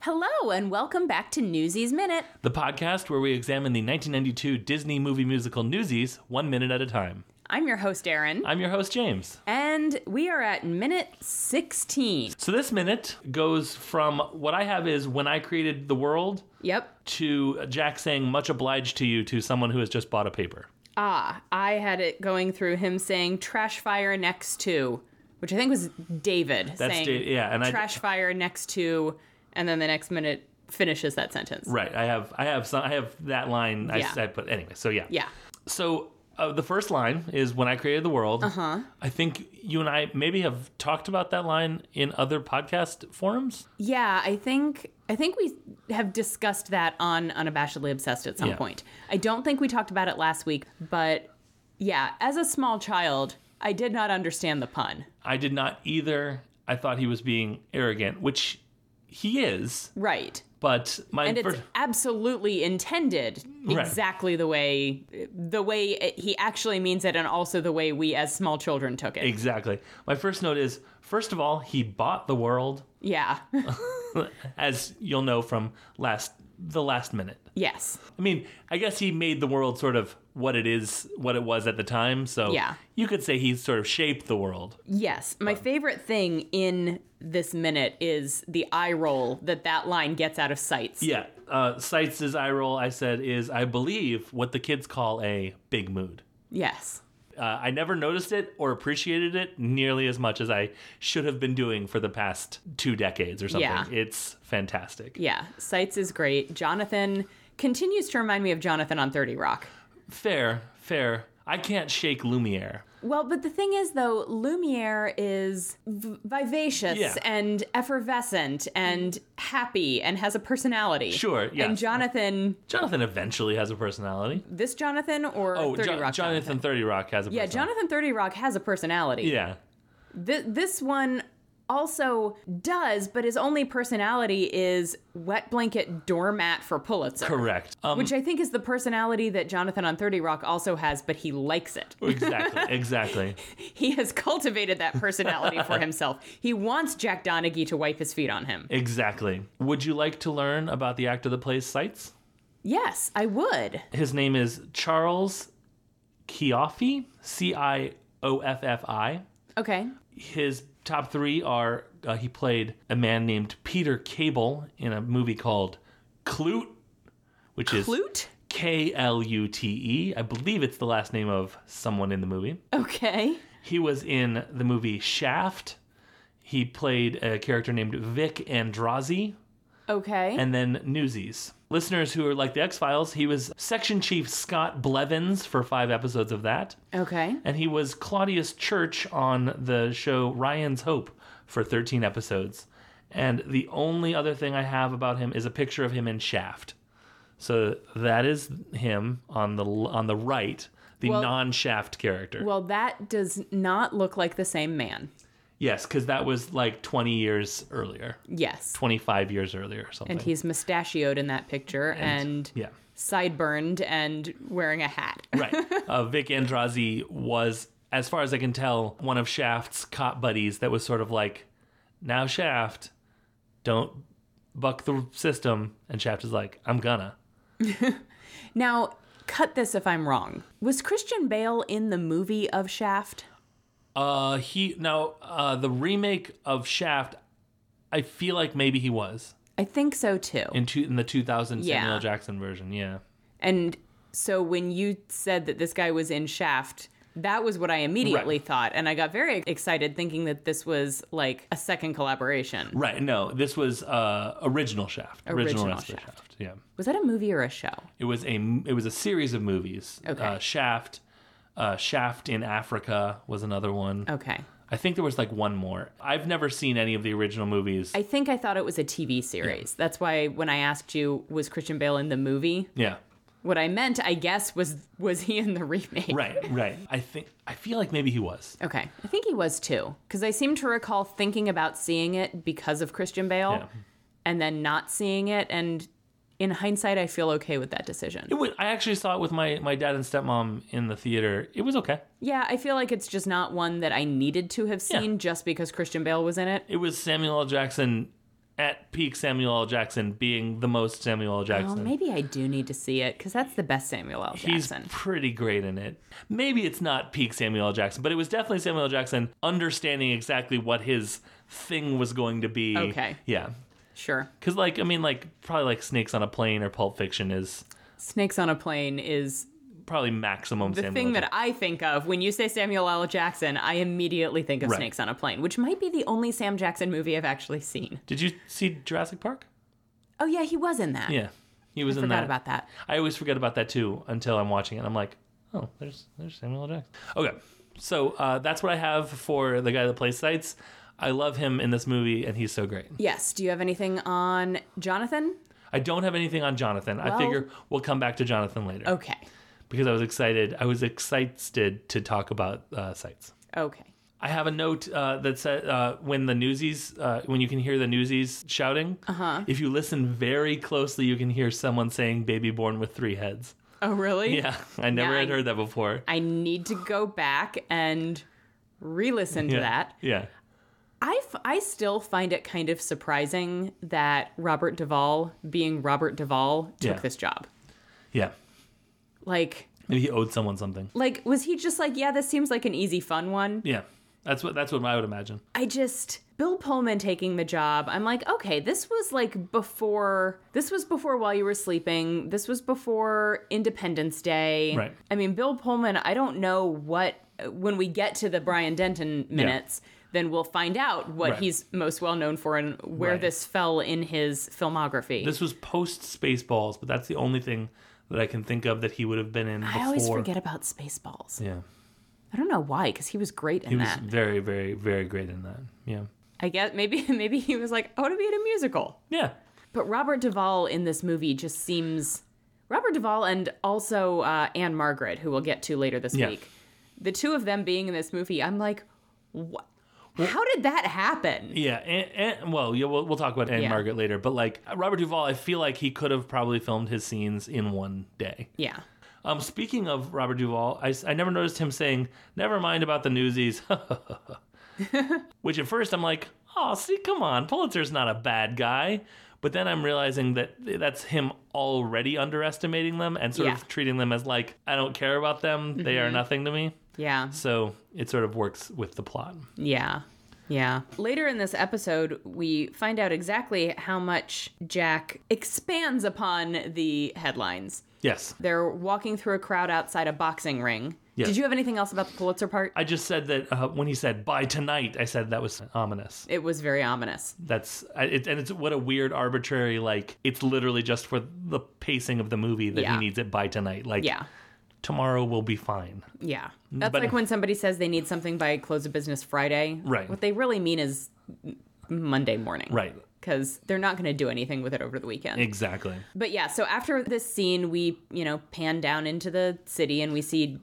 Hello, and welcome back to Newsies Minute. the podcast where we examine the 1992 Disney movie musical Newsies one minute at a time. I'm your host, Erin, I'm your host, James. and we are at minute 16. So this minute goes from what I have is when I created the world Yep. to Jack saying much obliged to you to someone who has just bought a paper. Ah, I had it going through him saying trash fire next to, which I think was David That's saying Da- yeah, and I- trash fire next to, and then the next minute finishes that sentence. Right. I have I have some I have that line I Yeah. said but anyway, so yeah. Yeah. So uh, the first line is when I created the world. Uh-huh. I think you and I maybe have talked about that line in other podcast forums. Yeah, I think I think we have discussed that on Unabashedly Obsessed at some Yeah. point. I don't think we talked about it last week, but yeah, as a small child, I did not understand the pun. I did not either. I thought he was being arrogant, which he is, Right. but my And it's first- absolutely intended Right. exactly the way the way it, he actually means it and also the way we as small children took it. exactly. My first note is first of all, he bought the world Yeah. as you'll know from last the last minute. yes. I mean, I guess he made the world sort of what it is, what it was at the time, so Yeah. you could say he sort of shaped the world. Yes. My favorite thing in this minute is the eye roll that that line gets out of sights. Yeah. Uh Sites' eye roll I said is I believe what the kids call a big mood. Yes. Uh, I never noticed it or appreciated it nearly as much as I should have been doing for the past two decades or something. Yeah. It's fantastic. Yeah, Sites is great. Jonathan continues to remind me of Jonathan on 30 Rock. Fair, fair. I can't shake Lumiere. Well, but the thing is, though, Lumiere is v- vivacious Yeah. and effervescent and happy and has a personality. Sure, And yes. Jonathan, Jonathan eventually has a personality. this Jonathan or Oh, 30 Jo- Rock? Jonathan 30 Rock has a Yeah, personality. Jonathan 30 Rock has a personality. Yeah. Th- this one also does, but his only personality is wet blanket doormat for Pulitzer. Correct. Um, Which I think is the personality that Jonathan on 30 Rock also has, but he likes it. exactly, exactly. He has cultivated that personality for himself. He wants Jack Donaghy to wipe his feet on him. Exactly. Would you like to learn about the actor that plays Sites? Yes, I would. His name is Charles Chioffi, C I O F F I. Okay. His top three are uh, he played a man named Peter Cable in a movie called Clute, which is Flute? K L U T E. I believe it's the last name of someone in the movie. Okay. He was in the movie Shaft. He played a character named Vic Andrazi, Okay. and then Newsies. Listeners who are like the X Files, he was Section Chief Scott Blevins for five episodes of that, okay. and he was Claudius Church on the show Ryan's Hope for 13 episodes. And the only other thing I have about him is a picture of him in Shaft. So that is him on the l- on the right, the Well- non-Shaft character. Well, that does not look like the same man. yes, because that was like 20 years earlier, Yes. 25 years earlier or something. And he's mustachioed in that picture and, yeah. sideburned and wearing a hat. Right. Uh, Vic Andrazi was, as far as I can tell, one of Shaft's cop buddies that was sort of like, now Shaft, don't buck the system. And Shaft is like, I'm gonna. Now, cut this if I'm wrong. Was Christian Bale in the movie of Shaft? Uh, he, now, uh, the remake of Shaft, I feel like maybe he was I think so too. in, two, in the 2000 Samuel Yeah. L. Jackson version. Yeah. And so when you said that this guy was in Shaft, that was what I immediately Right. thought. And I got very excited thinking that this was like a second collaboration. Right. No, this was uh, original Shaft. Original, Original Wrestler Shaft. Shaft. Yeah. Was that a movie or a show? It was a it was a series of movies. Okay. Uh, Shaft, uh, Shaft in Africa was another one. Okay. I think there was like one more. I've never seen any of the original movies. I think I thought it was a TV series. That's why when I asked you, was Christian Bale in the movie? yeah. What I meant, I guess, was was he in the remake? Right, right. I think I feel like maybe he was. Okay. I think he was too. Because I seem to recall thinking about seeing it because of Christian Bale Yeah. and then not seeing it. And in hindsight, I feel okay with that decision. It wa- I actually saw it with my my dad and stepmom in the theater. It was okay. Yeah, I feel like it's just not one that I needed to have seen just because Christian Bale was in it. It was Samuel L. Jackson at peak Samuel L. Jackson being the most Samuel L. Well, Jackson. maybe I do need to see it because that's the best Samuel L. He's Jackson. pretty great in it. Maybe it's not peak Samuel L. Jackson, but it was definitely Samuel L. Jackson understanding exactly what his thing was going to be. Okay. Yeah. Sure. Because, like, I mean, like, probably like Snakes on a Plane or Pulp Fiction is Snakes on a Plane is probably maximum the Samuel thing L. that I think of when you say Samuel L. Jackson. I immediately think of Right. Snakes on a Plane, which might be the only Sam Jackson movie I've actually seen. Did you see Jurassic Park? Oh yeah, he was in that. Yeah. He was in Forgot that. about that. I always forget about that too until I'm watching it. I'm like, oh, there's there's Samuel L. Jackson. Okay, so uh, that's what I have for the guy that plays Sites. I love him in this movie, and he's so great. Yes. Do you have anything on Jonathan? I don't have anything on Jonathan. I Well- Oh. figure we'll come back to Jonathan later Okay. because I was excited. I was excited to talk about uh, Sites. Okay. I have a note uh, that said uh, when the newsies, uh, when you can hear the newsies shouting, uh-huh. if you listen very closely, you can hear someone saying "baby born with three heads." Oh really? Yeah, I never Yeah, had I- heard that before. I need to go back and re-listen yeah. to that. Yeah. I, f- I still find it kind of surprising that Robert Duvall, being Robert Duvall, took Yeah. this job. Yeah. Like, Maybe he owed someone something. like was he just like, yeah, this seems like an easy, fun one? Yeah. That's what that's what I would imagine. I just Bill Pullman taking the job. I'm like, okay, this was like before. This was before while you were sleeping. This was before Independence Day. Right. I mean, Bill Pullman. I don't know what when we get to the Brian Denton minutes. Then we'll find out what Right. he's most well known for and where Right. this fell in his filmography. This was post Spaceballs, but that's the only thing that I can think of that he would have been in before. I always forget about Spaceballs. Yeah. I don't know why, because he was great in He was that. very, very, very great in that. Yeah. I guess maybe maybe he was like, I want to be in a musical. Yeah. But Robert Duvall in this movie just seems Robert Duvall and also uh, Anne Margaret, who we'll get to later this Yeah. week. The two of them being in this movie, I'm like, what? How did that happen? Yeah. And, and well, yeah, we'll, we'll talk about Anne Yeah. Margaret later, but like Robert Duvall, I feel like he could have probably filmed his scenes in one day. Yeah. Um, speaking of Robert Duvall, I, s- I never noticed him saying, never mind about the newsies. Which at first I'm like, oh, see, come on, Pulitzer's not a bad guy. But then I'm realizing that that's him already underestimating them and sort Yeah. Mm-hmm. of treating them as like, I don't care about them. They are nothing to me. Yeah. So it sort of works with the plot. Yeah. Yeah. Later in this episode, we find out exactly how much Jack expands upon the headlines. Yes. They're walking through a crowd outside a boxing ring. Yeah. Did you have anything else about the Pulitzer part? I just said that uh, when he said, by tonight, I said that was ominous. it was very ominous. That's I- it, and it's what a weird arbitrary like it's literally just for the pacing of the movie that Yeah. he needs it by tonight. Like Yeah. tomorrow will be fine. Yeah. That's But- like when somebody says they need something by close of business Friday. Right. What they really mean is Monday morning. Right. Because they're not going to do anything with it over the weekend. Exactly. but yeah, so after this scene, we, you know, pan down into the city and we see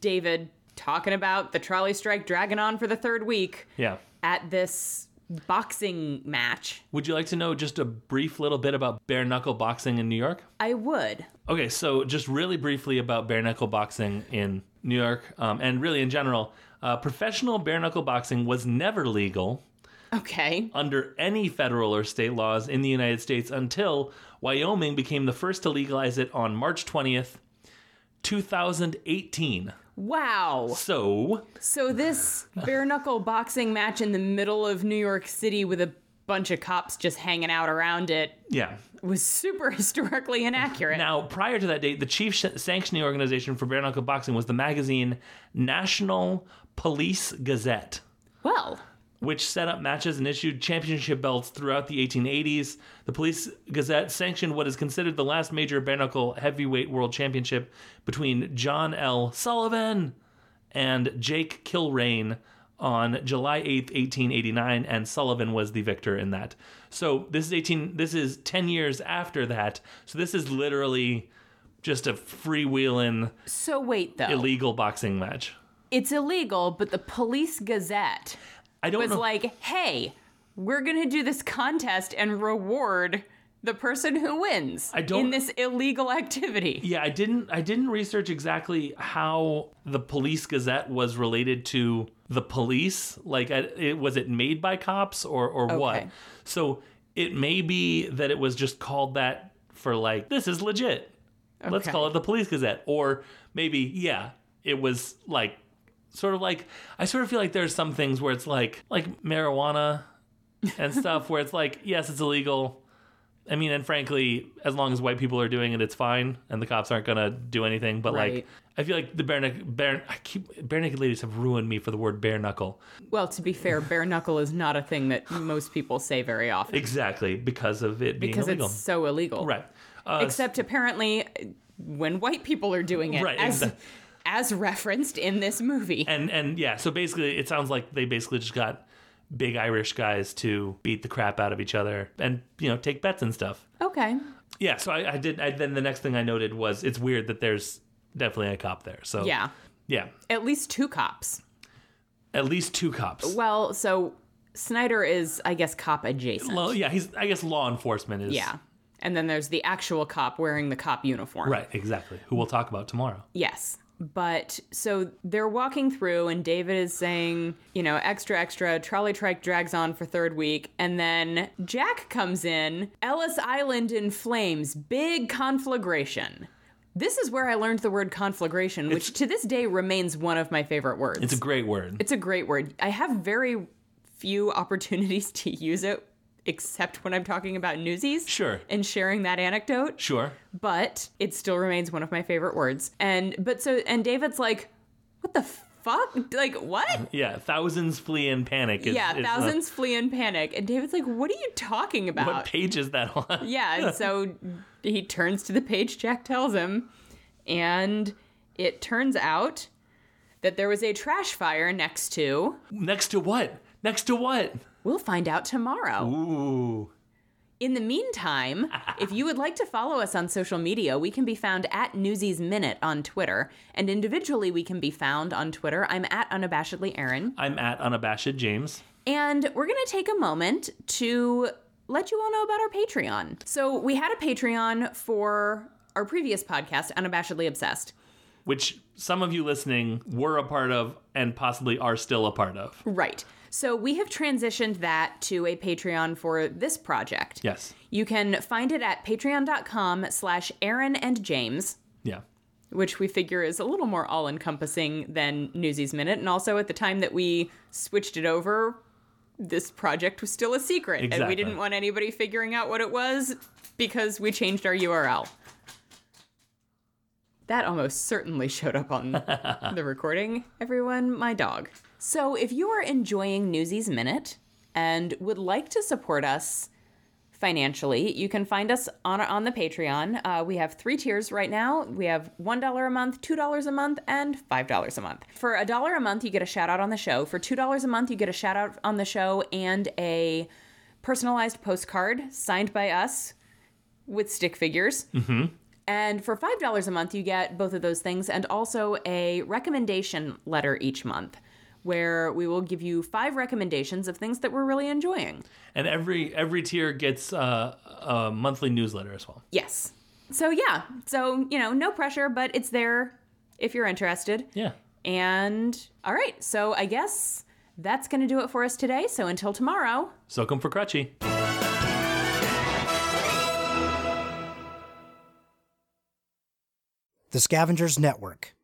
David talking about the trolley strike dragging on for the third week Yeah. at this boxing match. Would you like to know just a brief little bit about bare knuckle boxing in New York? I would. Okay, so just really briefly about bare knuckle boxing in New York um, and really in general, uh, professional bare knuckle boxing was never legal Okay. under any federal or state laws in the United States until Wyoming became the first to legalize it on March 20th, 2018. Wow. So, So this bare knuckle boxing match in the middle of New York City with a bunch of cops just hanging out around it yeah. was super historically inaccurate. Now, prior to that date, the chief sh- sanctioning organization for bare knuckle boxing was the magazine National Police Gazette. well, which set up matches and issued championship belts throughout the 1880s. The Police Gazette sanctioned what is considered the last major bare knuckle heavyweight world championship between John L. Sullivan and Jake Kilrain on July 8th, 1889, and Sullivan was the victor in that. So this is 18. This is 10 years after that. So this is literally just a freewheeling so wait though. illegal boxing match. it's illegal, but the Police Gazette I don't was know. like, "Hey, we're going to do this contest and reward the person who wins I don't- in this illegal activity." Yeah, I didn't I didn't research exactly how the police gazette was related to the police. Like I, it, was it made by cops or or what? Okay. So It may be that it was just called that for like this is legit. Let's Okay. call it the Police Gazette, or maybe yeah, it was like sort of like I sort of feel like there's some things where it's like like marijuana and stuff where it's like yes, it's illegal. I mean, and frankly, as long as white people are doing it, it's fine, and the cops aren't gonna do anything. But like, Right. I feel like the bare knuck- bare I keep bare naked ladies have ruined me for the word bare knuckle. Well, to be fair, bare knuckle is not a thing that most people say very often Exactly because of it being because illegal. it's so illegal. right. Uh, Except apparently uh, when white people are doing it Right, as exact- as referenced in this movie. and and yeah, so basically, it sounds like they basically just got big Irish guys to beat the crap out of each other and you know take bets and stuff. okay. Yeah. So I, I did. I, then the next thing I noted was it's weird that there's definitely a cop there. So Yeah. yeah, At least two cops. at least two cops. Well, so Snyder is I guess cop adjacent. Well, yeah, he's. I guess law enforcement is. yeah. And then there's the actual cop wearing the cop uniform. Right. Exactly. Who we'll talk about tomorrow. Yes. But so they're walking through, and David is saying, you know, extra, extra, trolley trike drags on for third week. And then Jack comes in, Ellis Island in flames, big conflagration. This is where I learned the word conflagration, which to this day remains one of my favorite words. It's a great word. It's a great word. I have very few opportunities to use it except when I'm talking about newsies. Sure. And sharing that anecdote Sure. but it still remains one of my favorite words. And but so and David's like, what the fuck? Like what? Yeah. Thousands flee in panic. Is, Yeah, is, uh, thousands flee in panic. And David's like, what are you talking about? what page is that on? yeah, and so he turns to the page Jack tells him, and it turns out that there was a trash fire next to. Next to what? Next to what? We'll find out tomorrow. Ooh. In the meantime, if you would like to follow us on social media, we can be found at Newsies Minute on Twitter, and individually we can be found on Twitter. I'm at unabashedly Aaron, I'm at unabashed James. and we're gonna take a moment to let you all know about our Patreon. So we had a Patreon for our previous podcast, Unabashedly Obsessed. which some of you listening were a part of and possibly are still a part of. Right. So we have transitioned that to a Patreon for this project. Yes. You can find it at patreon.com slash Aaron and James. Yeah. which we figure is a little more all encompassing than Newsies Minute. And also, at the time that we switched it over, this project was still a secret. And we Exactly. didn't want anybody figuring out what it was because we changed our URL. That almost certainly showed up on the recording. Everyone, my dog. So, if you are enjoying Newsies Minute and would like to support us financially. You can find us on on the Patreon. Uh, we have three tiers right now. We have one dollar a month, two dollars a month, and five dollars a month. For a dollar a month, you get a shout out on the show. For two dollars a month, you get a shout out on the show and a personalized postcard signed by us with stick figures. Mm-hmm. And for five dollars a month, you get both of those things and also a recommendation letter each month. Where we will give you five recommendations of things that we're really enjoying. And every every tier gets uh, a monthly newsletter as well. Yes. So yeah. So, you know, no pressure, but it's there if you're interested. Yeah. And all right. So, I guess that's going to do it for us today. So, until tomorrow, So come for Crutchy. The Scavengers Network.